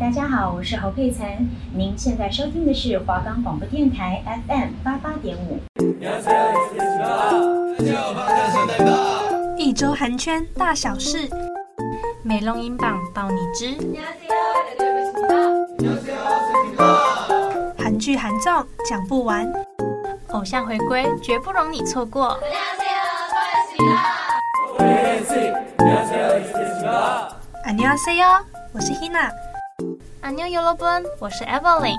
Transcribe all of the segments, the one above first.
大家好，我是侯佩岑，您现在收听的是华冈广播电台 FM 八八点五。一周韩圈大小事，美容英榜报你知。韩剧韩综讲不完，偶像回归绝不容你错过。안녕하세요，我是 Hina， 안녕여러분，我是 Evelyn。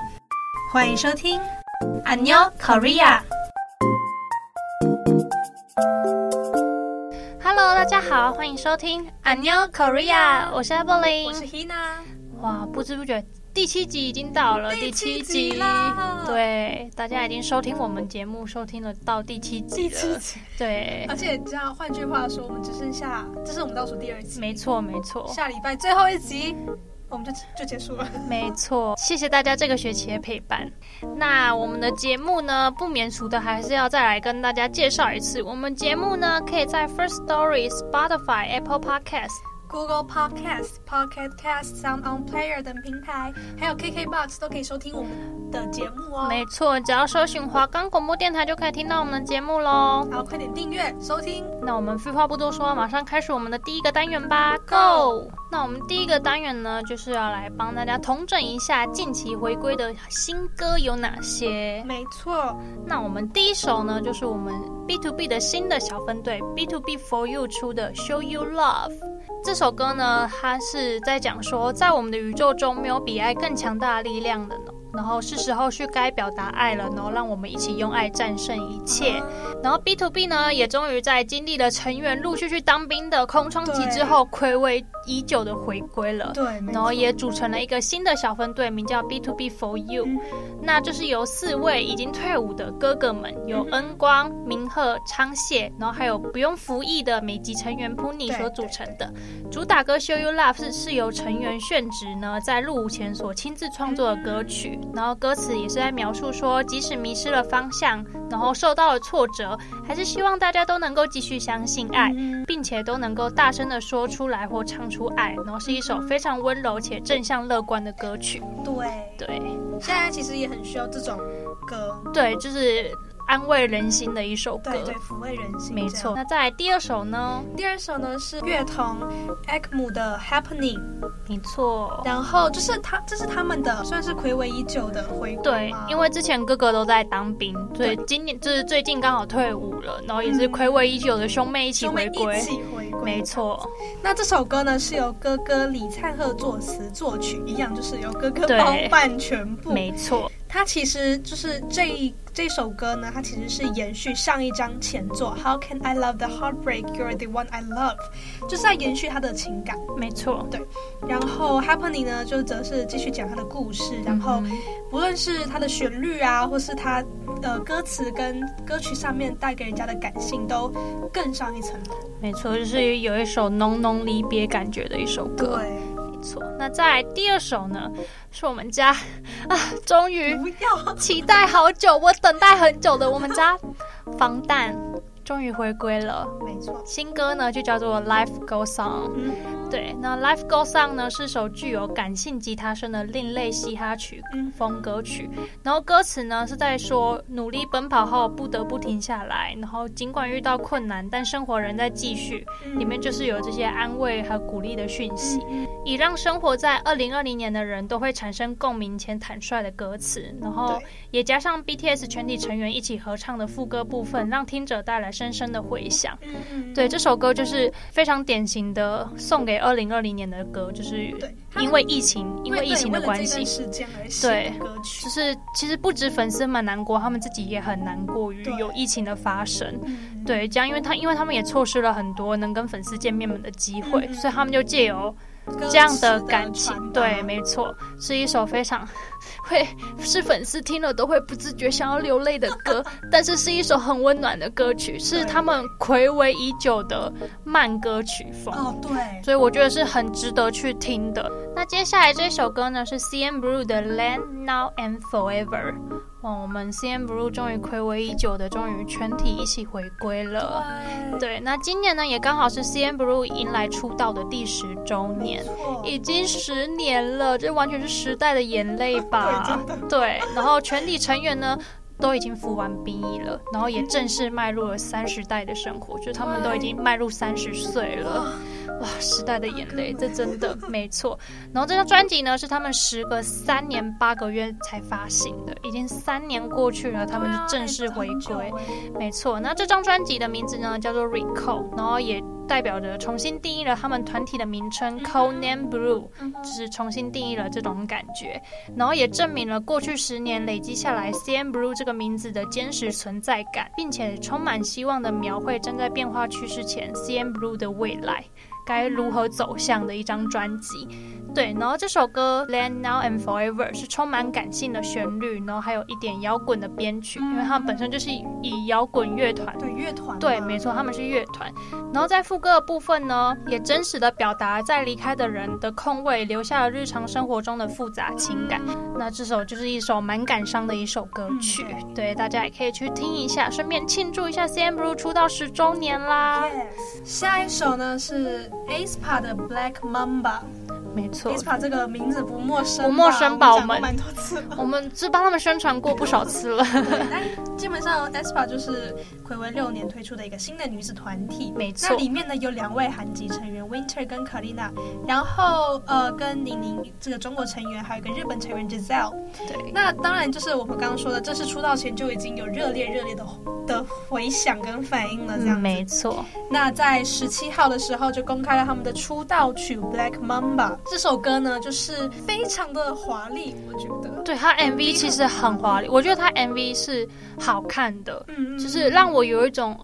欢迎收听안녕 Korea。 Hello，大家好，欢迎收听안녕 Korea，我是 Evelyn。 Hina。哇，不知不觉第七集已经到了，第七集啦对，大家已经收听我们节目，收听了到第七集了。集，对哎而，且你知道，换句话说，我们只剩下，这是我们倒数第二集，没错，没错。下礼拜最后一集，我们就就结束了。没错，谢谢大家这个学期的陪伴。那我们的节目呢，不免俗的还是要再来跟大家介绍一次。我们节目呢，可以在 First Story、Spotify、Apple Podcast。 Google Podcast、Pocket Cast、Sound On Player 等平台，还有 KKBox 都可以收听我们的节目哦。没错，只要搜寻华冈广播电台就可以听到我们的节目喽。好，快点订阅收听。那我们废话不多说，马上开始我们的第一个单元吧，Go！那我们第一个单元呢，就是要来帮大家统整一下近期回归的新歌有哪些。没错，那我们第一首呢，就是我们 B to B 的新的小分队 B to B for You 出的《Show You Love》这首歌呢，它是在讲说，在我们的宇宙中没有比爱更强大的力量了呢。然后是时候去该表达爱了，然后让我们一起用爱战胜一切。啊然后 B to B 呢，也终于在经历了成员陆续去当兵的空窗期之后，暌违已久的回归了。对，没然后也组成了一个新的小分队，名叫 B to B for You，、那就是由四位已经退伍的哥哥们，有恩光、明鹤、昌燮，然后还有不用服役的美籍成员 Puni 对所组成的。主打歌《Show You Love》是是由成员炫植呢在入伍前所亲自创作的歌曲，然后歌词也是在描述说，即使迷失了方向，然后受到了挫折，还是希望大家都能够继续相信爱。嗯并且都能够大声的说出来或唱出爱，然后是一首非常温柔且正向乐观的歌曲。对，对现在其实也很需要这种歌，对，就是安慰人心的一首歌。对对，抚慰人心。没这错。样。那再来第二首呢？第二首呢是乐童 ECMO 的 Happening。没错。然后就是他，这是他们的算是暌违已久的回归对吗，因为之前哥哥都在当兵，所以今年就是最近刚好退伍了，然后也是暌违已久的兄妹一起嗯兄妹回归一。起回归，没。错，那这首歌呢是由哥哥李灿赫作词作曲，一样就是由哥哥对包办全部。没错，他其实就是这一这首歌呢，它其实是延续上一张前作《How Can I Love the Heartbreak You're the One I Love》，就是在延续他的情感。没错。然后 Happening 呢，就则是继续讲他的故事，然后嗯不论是它的旋律啊，或是它呃歌词跟歌曲上面带给人家的感性，都更上一层楼。没错，就是有一首浓浓离别感觉的一首歌。没错，那在第二首呢，是我们家啊，终于不要期待好久，我等待很久的我们家防弹终于回归了。没错，新歌呢就叫做《Life Goes On》。嗯对，那《Life Goes On》呢是首具有感性吉他声的另类嘻哈曲嗯风歌曲，然后歌词呢是在说努力奔跑后不得不停下来，然后尽管遇到困难，但生活仍在继续。嗯里面就是有这些安慰和鼓励的讯息。以让生活在二零二零年的人都会产生共鸣且坦率的歌词，然后嗯对也加上 BTS 全体成员一起合唱的副歌部分，让听者带来深深的回响。嗯嗯，对，这首歌就是非常典型的送给二零二零年的歌，就是对，因为疫情，因为疫情的关为了这段系。时间而写的歌曲就。是其实不止粉丝们难过，他们自己也很难过于对有疫情的发生。嗯，对，这样因为他因为他们也错失了很多能跟粉丝见面们的机会，嗯嗯所以他们就借由歌这样词的嗯的感情，传达对，没错，是一首非常 会是粉丝听了都会不自觉想要流泪的 歌，但是是一首很温暖的歌曲，是对他们暌违已久的慢歌曲风。哦，对，所以我觉得是很值得去听的。那接下来这首歌呢是 C N Blue 的《Land Now and Forever》，哇，我们 C N Blue 终于暌违已久的，终于全体一起回归了。对，对，那今年呢，也刚好是 C N Blue 迎来出道的第十周年，错已经十年了，这完全是时代的眼泪吧？对，然后全体成员呢都已经服完兵役了，然后也正式迈入了三十代的生活，就是他们都已经迈入三十岁了。哇，时代的眼泪，这真的没错。然后这张专辑呢，是他们时隔三年八个月才发行的，已经三年过去了，他们就正式回归。没错，那这张专辑的名字呢叫做 Recall，然后也代表着重新定义了他们团体的名称 Code Name Blue，就是重新定义了这种感觉，然后也证明了过去十年累积下来 CN Blue 这个名字的坚实存在感，并且充满希望的描绘正在变化趋势前 CN Blue 的未来。该如何走向的一张专辑，对，然后这首歌《Land Now and Forever》是充满感性的旋律，然后还有一点摇滚的编曲，因为他们本身就是以摇滚乐团对乐团嘛，对，没错，他们是乐团。然后在副歌的部分呢，也真实的表达在离开的人的空位留下了日常生活中的复杂情感。那这首就是一首蛮感伤的一首歌嗯曲，对大家也可以去听一下，顺便庆祝一下 CN Blue 出道十周年啦。 Yes。下一首呢是 aespa 的 Black Mamba。没错， aespa 这个名字不陌生吧，不陌生吧我们讲过我们蛮多次 了。我们是帮他们宣传过不少次了。但基本上 aespa 就是暌违六年推出的一个新的女子团 体。没那错，里面呢有两位韩籍成员 Winter 跟 Karina，然后呃跟宁宁这个中国成员，还有一个日本成员 Giselle。对，那当然就是我们刚刚说的，这是出道前就已经有热烈热烈的的回响跟反应了，这嗯样子。没错，那在十七号的时候就公开了他们的出道曲《Black Mamba》。这首歌呢，就是非常的华丽，我觉得。对他 MV 其实很华丽，我觉得他 MV 是好看的，嗯就是让我有一种，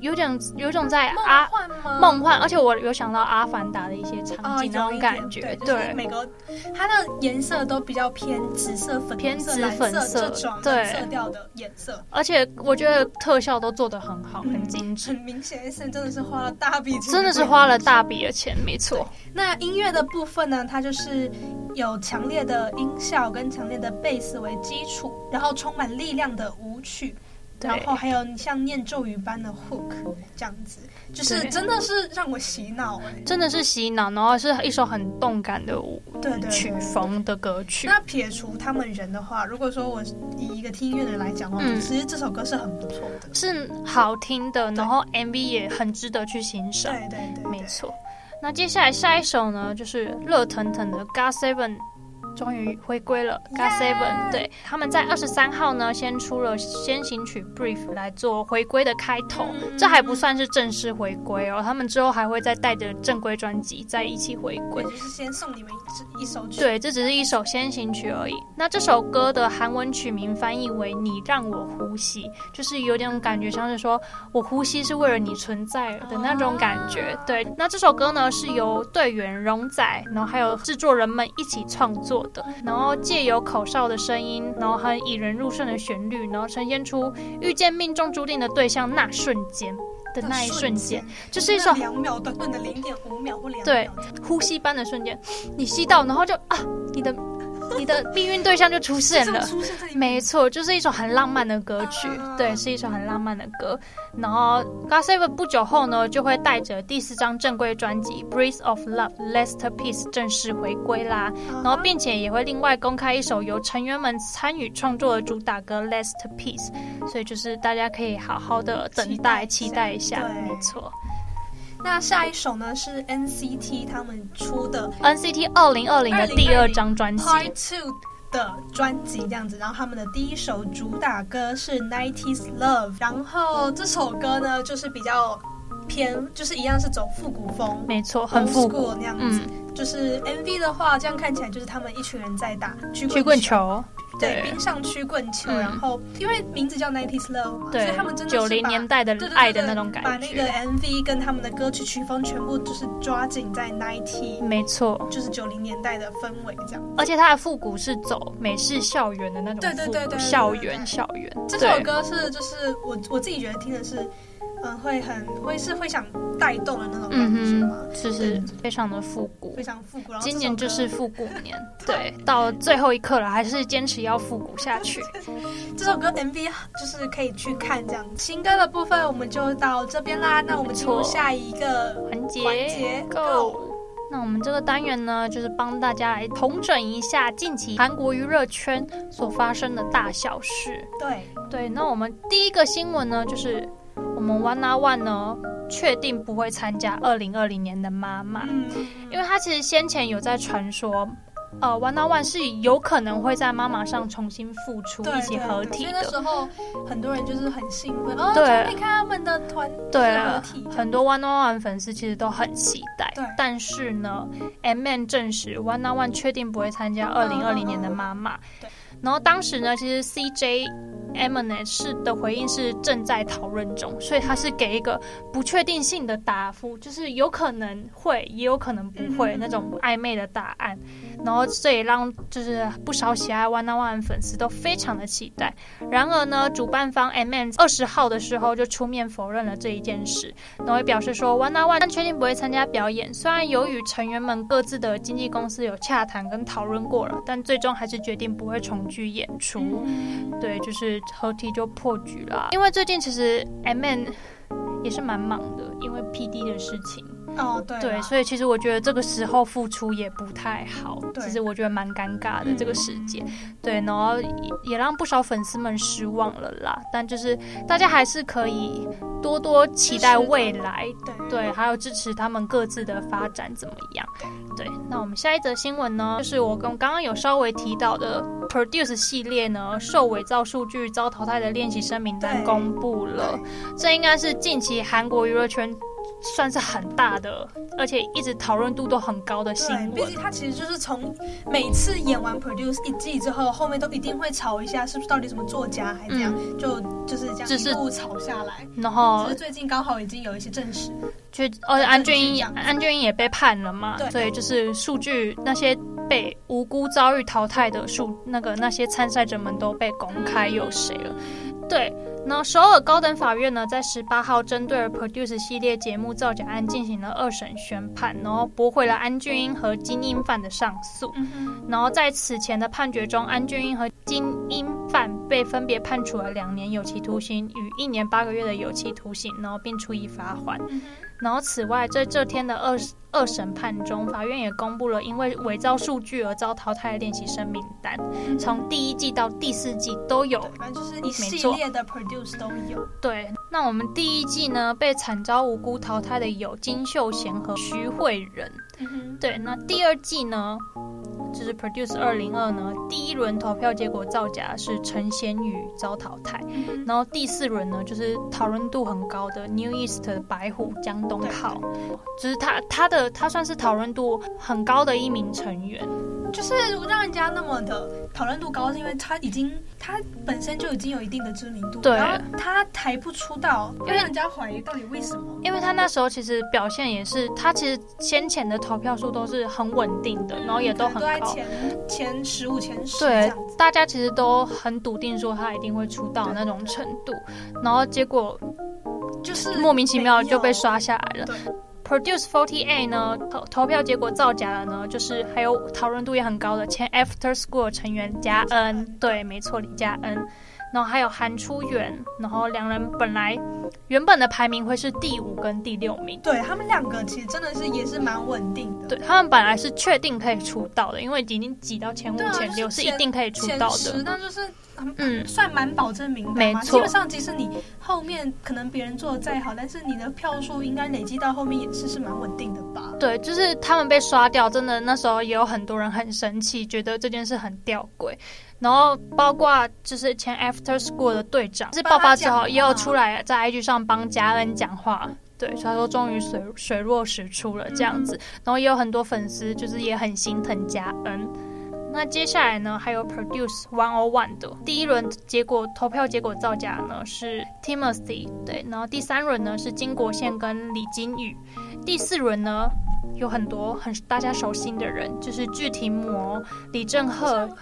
有点有一种在啊梦阿幻吗？梦幻，而且我有想到《阿凡达》的一些场啊，景那有种一感点觉，对，就是对，每个它的颜色都比较偏紫色、粉红色偏紫蓝粉色色这种对色调的颜色，而且我觉得特效都做得很好，嗯很精致很，明显，S N 真的是花了大笔钱，真的是花了大笔的钱，没错，那音乐的部分呢，它就是有强烈的音效跟强烈的贝斯为基础，然后充满力量的舞曲，对然后还有像念咒语般的 hook 这样子，就是对真的是让我洗脑哎、真的是洗脑，然后是一首很动感的舞对对对曲风的歌曲，那撇除他们人的话，如果说我以一个听音乐的人来讲的话，嗯其实这首歌是很不错的。是好听的，对然后 MV 也很值得去欣赏，对对对对，啊没错。那接下来下一首呢，就是热腾腾的 g a Seven。终于回归了 g a Seven，对，他们在二十三号呢，先出了先行曲《Brief》来做回归的开头，嗯这还不算是正式回归哦，他们之后还会再带着正规专辑再一起回归我。就是先送你们一支一首曲。对，这只是一首先行曲而已。那这首歌的韩文曲名翻译为“你让我呼吸”，就是有点感觉像是说我呼吸是为了你存在的那种感觉。对，那这首歌呢是由队员荣仔，然后还有制作人们一起创作的，然后借由口哨的声音，然后和引人入胜的旋律，然后呈现出遇见命中注定的对象那瞬间的那那一瞬间。瞬间，就是一首那两秒短短的零点五秒或两秒，对呼吸般的瞬间，你吸到，然后就啊，你的你的避孕对象就出现 就了。出现在你没错，就是一首很浪漫的歌曲，对，是一首很浪漫的歌。然后 g o s e v e 不久后呢，就会带着第四张正规专辑《Breeze of Love Last Piece》正式回归啦。然后，并且也会另外公开一首由成员们参与创作的主打歌《Last Piece》，所以就是大家可以好好的等待、期期待待一一下下。对没错那下一首呢是 NCT 他们出的，NCT 二零二零的第二张专辑。 Part Two 的专辑这样子，然后他们的第一首主打歌是 Nineties Love，然后这首歌呢就是比较偏，就是一样是走复古风，没错，很复古。 old school 那样子。嗯，就是 MV 的话，这样看起来就是他们一群人在打曲曲棍，球，对，对冰上曲棍球。嗯然后因为名字叫 Nineties Love 嘛，所对以他们真，的是九零把年代的对对对爱的那种感把那个觉， MV 跟他们的歌曲曲风全部就是抓紧在 ninety，没错。就是九零年代的氛围这样。而且它的复古是走美式校园的那种对对对复古对对对校对园校园。这对首歌是就是我我自己觉得听的是嗯，会很会是会想带动的那种感觉嗯吗？哼，就是非常的复古非。常复古。然后这今年首就歌是复古 年，对，到最后一刻了，还是坚持要复古下去。这首歌 MV 就是可以去看这样。新歌的部分我们就到这边啦，那我们进入没错下一个环节环节 Go。那我们这个单元呢，就是帮大家来统整一下近期韩国娱乐圈所发生的大小事。对，对，那我们第一个新闻呢，就是我们 One Na One 呢确定不会参加二零二零年的妈妈，嗯，啊因为他其实先前有在传说。呃，One on One 是有可能会在妈妈上重新复出，对一起合体对对所以那的。时候很多人就是很兴奋哦，对啊终于看他们的团对啊合体，很多 One on One 粉丝其实都很期待对。但是呢，M M 证实 One on One 确定不会参加二零二零年的妈妈。对。然后当时呢，其实 C J M N 是的回应是正在讨论中，所以他是给一个不确定性的答复，就是有可能会，也有可能不嗯嗯会嗯那种暧昧的答案。然后这也让就是不少喜爱 One on One 粉丝都非常的期待。然而呢，主办方 M M 二十号的时候就出面否认了这一件事，然后也表示说 One on One 确定不会参加表演。虽然由于成员们各自的经纪公司有洽谈跟讨论过了，但最终还是决定不会重聚演出。嗯对，就是合体就破局了。啊因为最近其实 M M 也是蛮忙的，因为 P D 的事情。哦，对对，对，所以其实我觉得这个时候付出也不太好，对其实我觉得蛮尴尬的嗯这个时间，对，然后也也让不少粉丝们失望了啦。但就是大家还是可以多多期待未来，对对，还有支持他们各自的发展怎么样？对，那我们下一则新闻呢，就是我跟刚刚有稍微提到的 Produce 系列呢，受伪造数据遭淘汰的练习生名单对公布了，这应该是近期韩国娱乐圈算是很大的，而且一直讨论度都很高的新对，毕闻竟。他其实就是从每次演完 produce 一季之后，后面都一定会吵一下，是不是到底什么作家还这样，嗯就就是这样只是一路吵下来。然后只是最近刚好已经有一些证实，就而且安证据俊这英样子安俊英也被判了嘛，对所以就是数据那些被无辜遭遇淘汰的数那个那些参赛者们都被公开有谁了，对。然后首尔高等法院呢，在十八号针对了 Produce 系列节目造假案进行了二审宣判，然后驳回了安俊英和金英范的上诉。嗯哼，然后在此前的判决中，安俊英和金英范被分别判处了两年有期徒刑与一年八个月的有期徒刑，然后并处以罚款。然后此外，在这天的二二审判中，法院也公布了因为伪造数据而遭淘汰的练习生名单，嗯从第一季到第四季都有对，反正就是一没系错列的 produce 都有，对，那我们第一季呢，被惨遭无辜淘汰的有金秀贤和徐慧仁。嗯哼，对，那第二季呢，就是 Produce 二零二呢，第一轮投票结果造假是陈贤宇遭淘汰，嗯然后第四轮呢，就是讨论度很高的 New East 的白虎江东浩，就是他他的他算是讨论度很高的一名成员，哼就是让人家那么的讨论度高，是因为他已经他本身就已经有一定的知名度，对然后他还不出道，因为人家怀疑到底为什么，因为他那时候其实表现也是，他其实先前的投票数都是很稳定的，然后也都可能很高。都在前前十五前十这对样子，，大家其实都很笃定说他一定会出道那种程度，然后结果就是莫名其妙就没被有刷下来了对。 Produce Forty A 呢，投投票结果造假了呢，就是还有讨论度也很高的前 After School 成员嘉恩，对，没错，李嘉恩。然后还有韩初元，然后两人本来原本的排名会是第五跟第六名，对他们两个其实真的是也是蛮稳定的，对他们本来是确定可以出道的，因为已经挤到前五对啊前六就是是一定可以出前道十的，那就是很嗯，算蛮保证名单没嘛。错基本上，即使你后面可能别人做的再好，但是你的票数应该累积到后面也是是蛮稳定的吧？对，就是他们被刷掉，真的那时候也有很多人很生气，觉得这件事很吊诡。然后包括就是前 After School 的队长，是爆发之后也有出来在 IG 上帮嘉恩讲话，对，他说终于水水落石出了这样子。然后也有很多粉丝就是也很心疼嘉恩。那接下来呢，还有 Produce One O One 的第一轮结果投票结果造假呢是 Timothy，对，然后第三轮呢是金国宪跟李金宇，第四轮呢哦有很多很大家熟悉的人，就是具体魔、李正好赫像，呵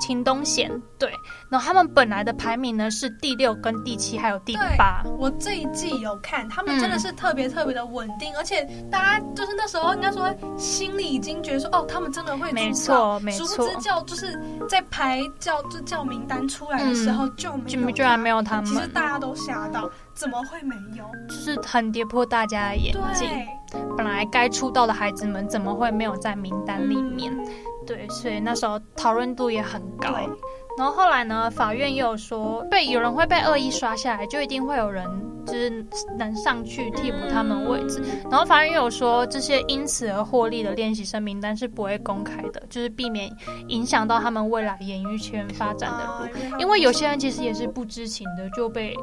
秦东贤，对，然后他们本来的排名呢是第六、跟第七还有第八，我这一季有看，他们真的是嗯特别特别的稳定，而且大家就是那时候应该说心里已经觉得说，哦，他们真的会出道没错没殊错不知，叫就是在排叫就叫名单出来的时候就没居有，居然没有他其实们，大家都吓到，怎么会没有？就是很跌破大家的眼镜。对，本来该出道的孩子们怎么会没有在名单里面？对，所以那时候讨论度也很高。对然后后来呢，法院也有说，被有人会被恶意刷下来，就一定会有人就是能上去替补他们位置。然后法院也有说，这些因此而获利的练习生名单是不会公开的，就是避免影响到他们未来演艺圈发展的路。的因为有些人其实也是不知情的，就被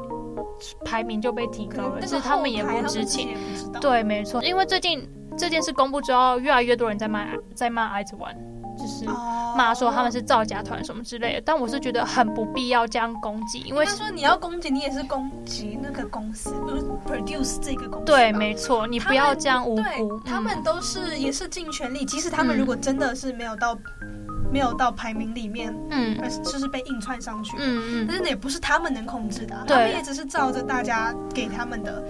排名就被提高了，但是他们也不知情。，对，对，没错，因为最近这件事公布之后，越来越多人在骂在骂艾子玩，就是哦骂说他们是。是造假团什么之类的。但我是觉得很不必要这样攻击，因应为该说你要攻击，你也是攻击那个公司就是，produce 这个公司吧。对，没错，你他不要们这样无辜对，。他们都是也是尽全力，即使他们嗯如果真的是没有到、没有到排名里面，嗯而是就是被硬串上去，嗯嗯但嗯，是那也不是他们能控制的啊、对他们也只是照着大家给他们的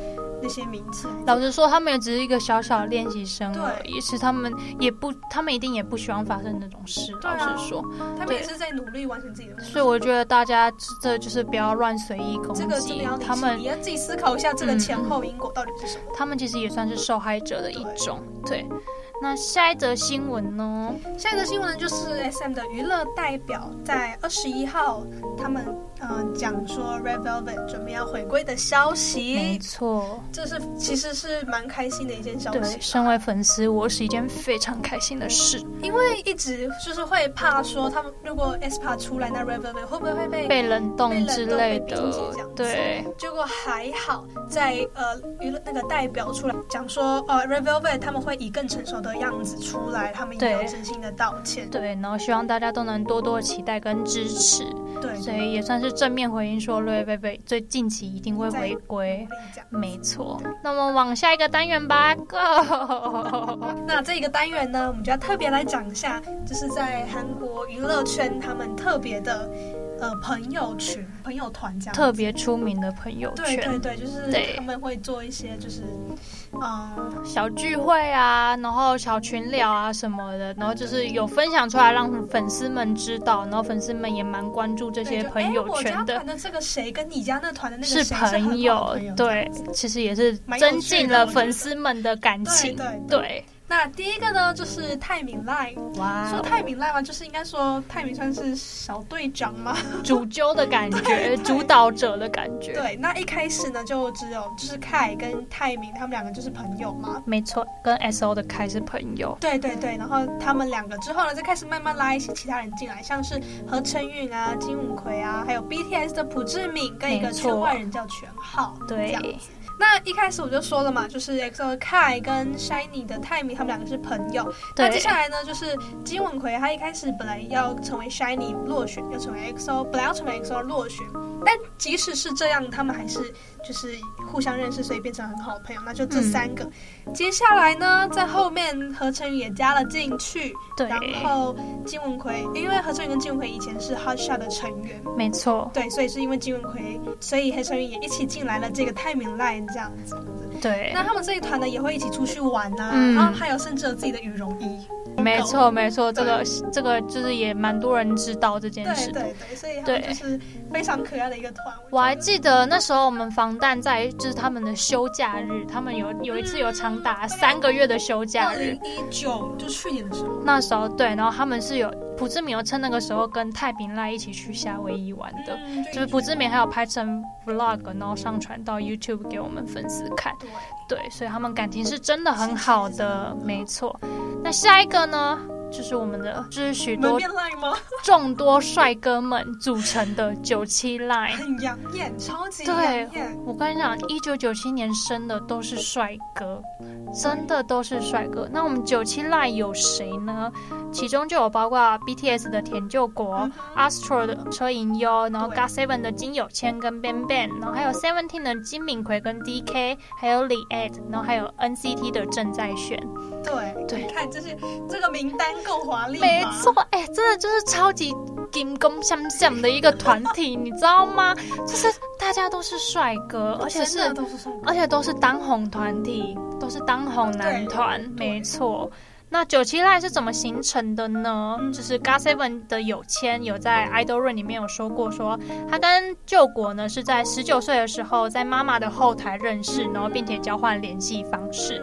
那些名次。老实说，他们也只是一个小小的练习生对而已，是他们也不，他们一定也不希望发生这种事。对啊老实说，他们也是在努力完成自己的目所以我觉得大家这就是不要乱随意攻标。这个真击的要理他性们你。要自己思考一下这个前后因果到底是什么。他们其实也算是受害者的一种。对，那下一则新闻呢？下一个新闻就是 S M 的娱乐代表在二十一号，他们呃讲说 Red Velvet 准备要回归的消没息，错，这是其实是蛮开心的一件消对，息。身为粉丝，我是一件非常开心的事，因为一直就是会怕说他们如果 S P A 出来，那 Red Velvet 会不会会被？被冷冻之类被冷冻被冰淇淋这的样，子对，结果还好在呃娱乐那个代表出来讲说，呃 Red Velvet 他们会以更成熟的样子出来，他们也有对真心的道歉。对，然后希望大家都能多多期待跟支持，对，所以也算是正面回应说，瑞贝贝最近期一定会回归努。力讲。没错，那我们往下一个单元吧，Go！那这一个单元呢，我们就要特别来讲一下，就是在韩国娱乐圈他们特别的呃朋友群、朋友团这样子。特别出名的朋友对对圈，对，就是对他们会做一些就是嗯小聚会啊，然后小群聊啊什么的，然后就是有分享出来让粉丝们知道，然后粉丝们也蛮关注这对些就哎朋友诶我家圈的团，的这个谁跟你家那团的那个谁是是很好的朋友，对，其实也是增进了粉丝们的感对情，对对。对，那第一个呢，就是泰敏赖，哇说泰敏赖吧，就是应该说泰敏算是小队长吗？主揪的感 觉，主导者的感觉，对，那一开始呢，就只有就是凯跟泰敏他们两个就是朋友嘛，没错，跟 S O 的开是朋友，对对对，然后他们两个之后呢，再开始慢慢拉一些其他人进来，像是何晨允啊、金武奎啊，还有 BTS 的朴志敏跟一个没错圈外人叫全浩。这对样，那一开始我就说了嘛，就是 EXO Kai 跟 Shiny 的泰明他们两个是朋友。那接对下来呢，就是金文奎他一开始本来要成为 Shiny 落选，要成为 EXO，本来要成为 EXO 落选，但即使是这样，他们还是就是互相认识，所以变成很好的朋友。那就这三个。嗯接下来呢，在后面何晨宇也加了进去，对，然后金文奎，因为何晨宇跟金文奎以前是 Hot Shot 的成员，没错，对，所以是因为金文奎，所以何晨宇也一起进来了这个泰明 Line 这样子。对那，他们这一团呢，也会一起出去玩呐、嗯然后还有甚至有自己的羽绒衣。没错没错，这个这个就是也蛮多人知道这件对事的。对对，所以他们就是非常可爱的一个团。我还觉得记得那时候我们防弹在就是他们的休假日，他们有有一次有长达三个月的休假二日零。一九就去年的时候，那时候对，然后他们是有朴志敏有趁那个时候跟太平赖一起去夏威夷玩的，嗯就是朴志敏还有拍成 vlog，然后上传到 YouTube 给我们粉丝看。对，对，所以他们感情是真的很好的，没错。那下一个呢，就是我们的就是许门多面 line 吗？众多帅哥们组成的九七 Line。很养眼，超级养对眼。我跟你讲，一九九七年生的都是帅哥，真的都是帅哥。那我们九七 line 有谁呢？其中就有包括 BTS 的田柾国、Astro 的车银优，然后对 GOT7 的金友谦跟 Ban Ban，然后还有 Seventeen 的金敏奎跟 DK，还有李 at，然后还有 NCT 的郑在炫。对对你看这是这个名单够华丽吧，没错，哎、真的就是超级金光闪闪的一个团体，你知道吗？就是大家都是帅哥，而且是哦真的都是帅哥而且都是当红团体，都是当红男团，对没错。那九七赖是怎么形成的呢？嗯就是 GOT7 的有谦有在 Idol Run 里面有说过说，他跟救国呢是在十九岁的时候在妈妈的后台认识，然后并且交换联系方式。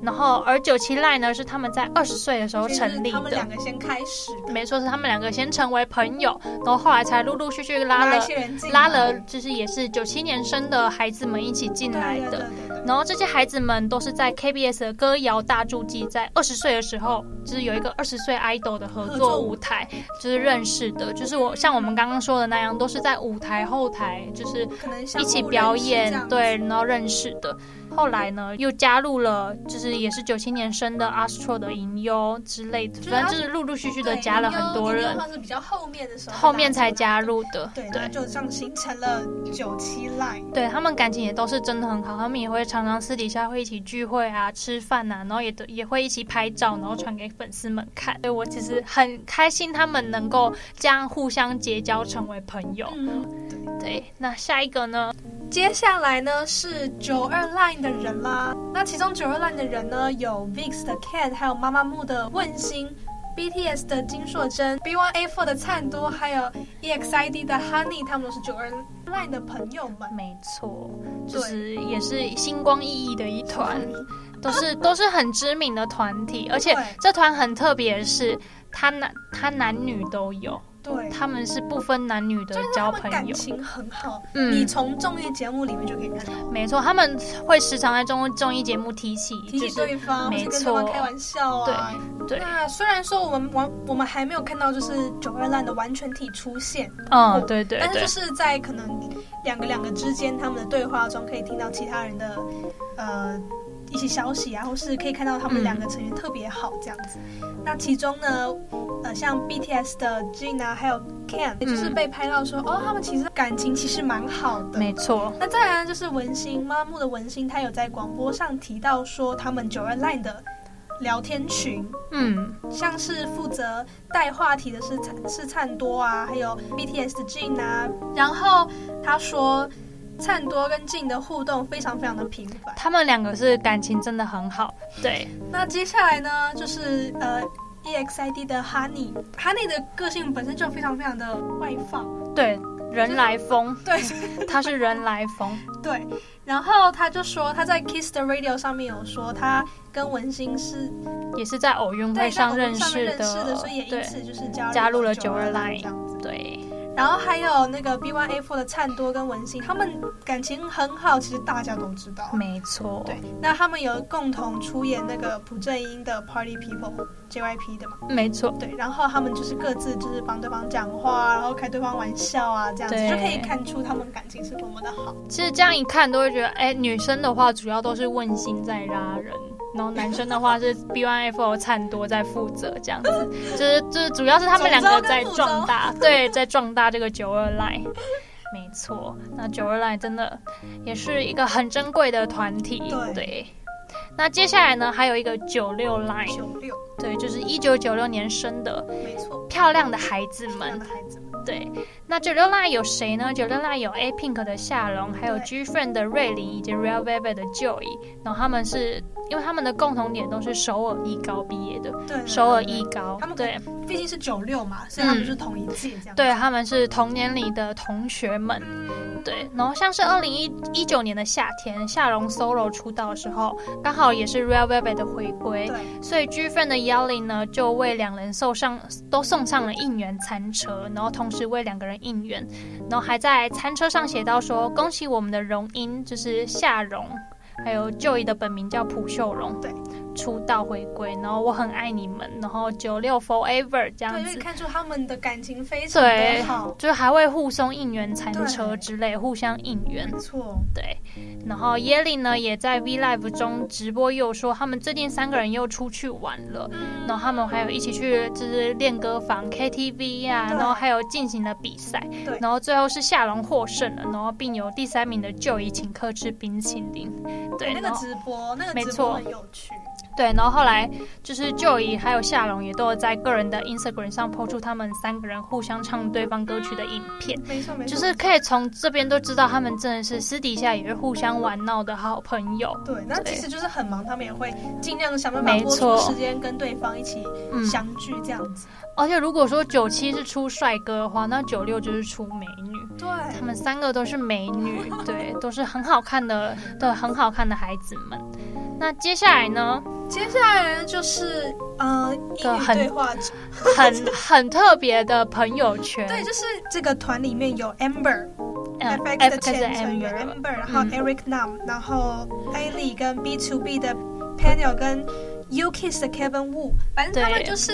然后而九七赖呢是他们在二十岁的时候就是成立他们的两，个先开始的，没错，是他们两个先成为朋友，然后后来才陆陆续续拉拉一了些人进来拉了，就是也是九七年生的孩子们一起进对来的。对对对对然后这些孩子们都是嗯在 KBS 的歌谣大助祭，在二十岁的时候，就是有一个二十岁 idol 的合作舞台，就是认识的，就是我像我们刚刚说的那样，都是在舞台后台，就是可能相一互起表认识这演样，子对，，然后认识的。后来呢，又加入了，就是也是九七年生的 Astro 的银优之类的，就是反他正就是陆陆续续的对加了很多零零人后，是比较后面的时候，后面才加。入的。对，那就这样形成了九七 line。对他们感情也都是真的很好，他们也会常常私底下会一起聚会啊、吃饭啊，然后也都也会一起拍照，然后传给粉丝们看。所以我其实很开心他们能够这样互相结交成为朋友。嗯，对，那下一个呢？接下来呢是九二 line 的人啦。那其中九二 line 的人呢有 VIX 的 Cat，还有妈妈木的问心。BTS 的金硕珍，B1A4 的灿多，还有 E EXID 的 Honey，他们都是九二 line 的朋友们。没错，就是也是星光熠熠的一团，都是都是很知名的团体，而且对这团很特别的是，他男他男女都有，对，他们是不分男女的就是交他们朋感友。情很好，嗯你从综艺节目里面就可以看到，没错，他们会时常在综综艺节目提起，提就起是对方，没或是跟对方错开玩笑啊。对那虽然说我们完我们还没有看到就是九二烂的完全体出现，嗯，对对但是对就，是在可能两个两个之间他们的对话中，可以听到其他人的呃一些消息啊，或是可以看到他嗯们两个成员特别好这样子。那其中呢，呃，像 BTS 的 Gina 还有 Ken，就是嗯被拍到说、哦，他们其实感情其实蛮好的。没错，那再来呢，就是文心妈木的文心，她有在广播上提到说，他们九二 line 的聊天群，嗯，像是负责带话题的是灿是灿多啊，还有 BTS 的 Jin 啊。然后她说，灿多跟 Jin 的互动非常非常的频繁。他们两个是感情真的很好，对，那接下来呢，就是呃。EXID 的 Honey，Honey 的个性本身就非常非常的外放，对，人来疯， 对，他是人来疯，对，然后他就说他在 Kiss the Radio 上面有说他跟文心是也是在偶运在会上我们认上识面认识的，所以也因对此就是加入加入了92 92这样子。对，然后还有那个 B1A4 的灿多跟文心，他们感情很好，其实大家都知道。没错，对，那他们有共同出演那个朴正英的 Party People JYP 的嘛？没错，对，然后他们就是各自就是帮对方讲话，然后开对方玩笑啊，这样子对就可以看出他们感情是多么的好。其实这样一看都会觉得，哎，女生的话主要都是问心在拉人。然后男生的话是 B One F O 灿多在负责这样子，就是就是主要是他们两个在壮大，对，在壮大这个九二 line。没错，那九二 line 真的也是一个很珍贵的团体。对那接下来呢，还有一个九六 line，九六，对，就是一九九六年生的没错，漂亮的孩子们两。个孩子们，对，那九六 line 有谁呢？九六 line 有 A Pink 的夏龙，还有 G Friend 的瑞林，以及 Real Baby 的 Joey。然后他们是因为他们的共同点都是首尔艺高毕业的，对，对首尔对艺高嗯他们，可对毕竟是九六嘛，所以他们是同一届这样。嗯对，他们是同年里的同学们。嗯，对，然后像是二零一一九年的夏天，夏龙 solo 出道的时候，刚好也是 Real Baby 的回归，对，所以 G Friend 的 Yelling 呢就为两人送上都送上了应援餐车，然后同时为两个人应援，然后还在餐车上写到说恭喜我们的荣英，就是夏荣，还有 Joey 的本名叫朴秀荣，对，出道回归，然后我很爱你们，然后九六 Forever 这样对，就可以子。看出他们的感情非常对的好，，就还会互送应援餐车对之类，互相应援。没错，对，然后耶利呢也在 V Live 中直播，又说他们最近三个人又出去玩了，然后他们还有一起去就是练歌房、KTV 啊，对然后还有进行了比赛对，然后最后是夏龙获胜了，然后并由第三名的就以请客吃冰淇淋，对，哦那然个后直播，那没个直错播很有趣，对，然后后来就是就以还有夏龙也都有在个人的 Instagram 上抛出他们三个人互相唱对方歌曲的影片，没错没错，就是可以从这边都知道他们真的是私底下也会互相玩闹的好朋友。对。那对其实就是很忙，他们也会尽量想办法没播出错时间跟对方一起嗯，相聚这样子。而且如果说九七是出帅哥的话，那九六就是出美女。对，他们三个都是美女，对，都是很好看的，对，很好看的孩子们。那接下来呢，接下来就是呃英个语很对话组，很 很特别的朋友圈，对，就是这个团里面有 Amber。嗯 FX 的 FX 前成员 Amber Amber，然后嗯 Eric Nam，然后 Ellie 跟 B to B 的 Panel 跟 U Kiss 的 Kevin Wu，反正他们对就是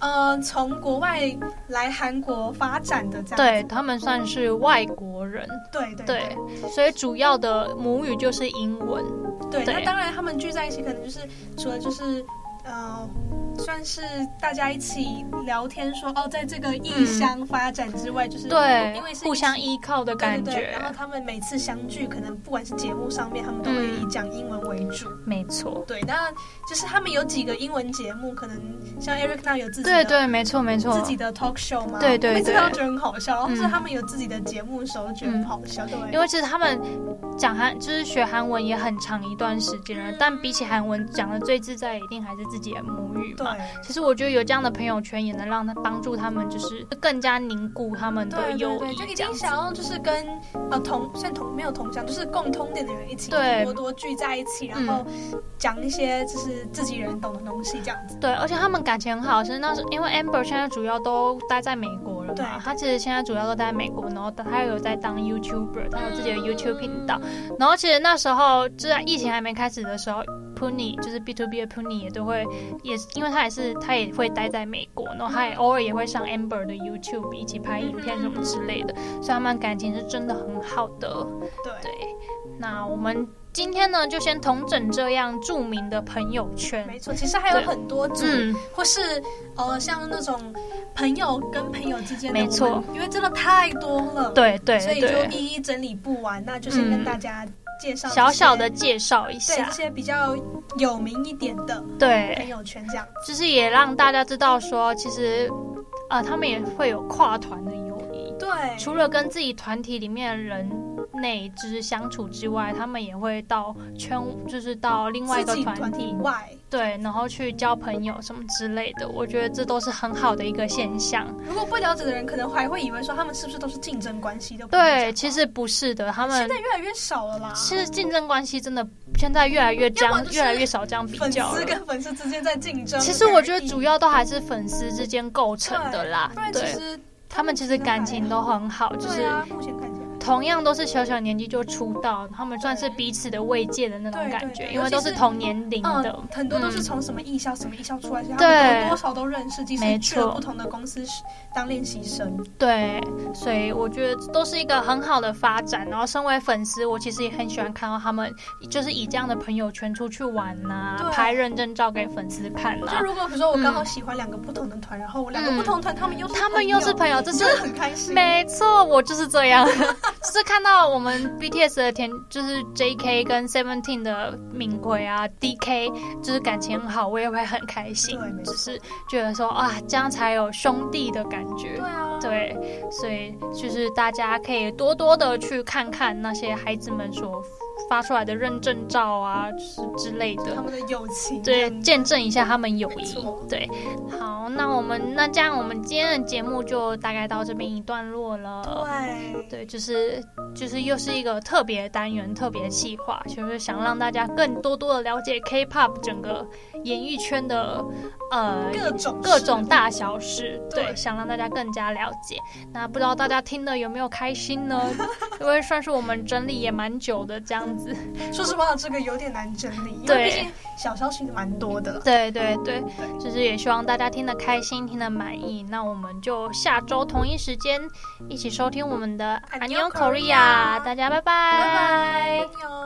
呃从国外来韩国发展的这样。对他们算是外国人，对对对，所以主要的母语就是英文，对对那当然他们聚在一起，可能就是除了就是呃。算是大家一起聊天说哦，在这个异乡发展之外，就嗯是对因为，是互一起相依靠的感对对对。觉然，后他们每次相聚，可能不管是节目上面，他们都会以嗯讲英文为主。没错，对，那就是他们有几个英文节目，可能像 Eric Now 有自己的对对，没错没错自，己的 talk show 嘛，对对每次对他觉得很好笑，或嗯者他们有自己的节目的时候觉得很好笑，对不对，因为其实他们讲韩就是学韩文也很长一段时间了，但比起韩文讲的最自在，一定还是自己的母语嘛。对其实我觉得有这样的朋友圈，也能让他帮助他们，就是更加凝固他们的对友对对，谊就一这样子。定想要就是跟呃同算同没有同乡，就是共通点的人一起对多多聚在一起，然嗯后讲一些就是自己人懂的东西这样子。对，而且他们感情很好，是那时因为 Amber 现在主要都待在美国了对嘛，他其实现在主要都待在美国，然后他有在当 YouTuber，他嗯嗯有自己的 YouTube 频道，然后其实那时候就在疫情还没开始的时候，Puni 就是 B to B 的 Puni 也都会，也是因为他也是他也会待在美国，然后他也偶尔也会上 Amber 的 YouTube 一起拍影片什么之类的，所以他们感情是真的很好的。对对，那我们今天呢就先统整这样著名的朋友圈。没错，其实还有对很多组嗯，或是呃像那种朋友跟朋友之间的，没错，因为真的太多了，，对对所以就对，一一整理不完，那就先跟嗯大家介绍、小小的。介绍一对下这，些比较有名一点的朋对，友圈，这样就是也让大家知道说，其实呃，他们也会有跨团的友谊，对，除了跟自己团体里面的人内之相处之外，他们也会到圈，就是到另外一自个己团团体体，外，对，然后去交朋友什么之类的，我觉得这都是很好的一个现象。如果不了解的人，可能还会以为说他们是不是都是竞争关系的？对，其实不是的，他现们在越来越少了啦。其实竞争关系真的现在越来越这要样么，就是越来越少这样比粉较丝了。跟粉丝之间在竞争，其实我觉得主要都还是粉丝之间构成的啦不然，其对，实他们其实感情都很好，就是对啊，目前看起来。同样都是小小年纪就出道，他们算是彼此的慰藉的那种对感对觉，对因为都是同年龄的嗯，，很多都是嗯从什么艺校、什么艺校出来，所以他对们多多少都认识，即没使去了错嗯不同的公司当练习生。对，所以我觉得都是一个很好的发展。然后身为粉丝，我其实也很喜欢看到他们就是以这样的朋友圈出去玩呐、对啊拍认证照给粉丝看啊呐、就如果比如说我刚好喜欢两个不同的团，然后我两个嗯不同团，他们又是他们又是朋友，这是真的很开心。没错，我就是这样， 就是看到我们 BTS 的田，就是 JK 跟 Seventeen 的敏奎啊，DK 就是感情很好，我也会很开心对没，错就是觉得说啊，这样才有兄弟的感觉。对啊，对，所以就是大家可以多多的去看看那些孩子们所发出来的认证照啊，就是之类的他。们的友情，对，嗯见证一下他们友没谊错。对，好，那我们那这样，我们今天的节目就大概到这边一段落了。对对，就是就是又是一个特别单元、特别企划，就是想让大家更多多的了解 K-pop 整个演艺圈的呃各种各种大小事，对对，想让大家更加了解。那不知道大家听的有没有开心呢？ 因为算是我们整理也蛮久的这样子。事，说实话，这个有点难整理，因为对毕竟小消息蛮多的了。对对对，就是也希望大家听得开心，听得满意。那我们就下周同一时间一起收听我们的《 안녕 安妞 Korea Korea》，大家拜拜。拜拜。안녕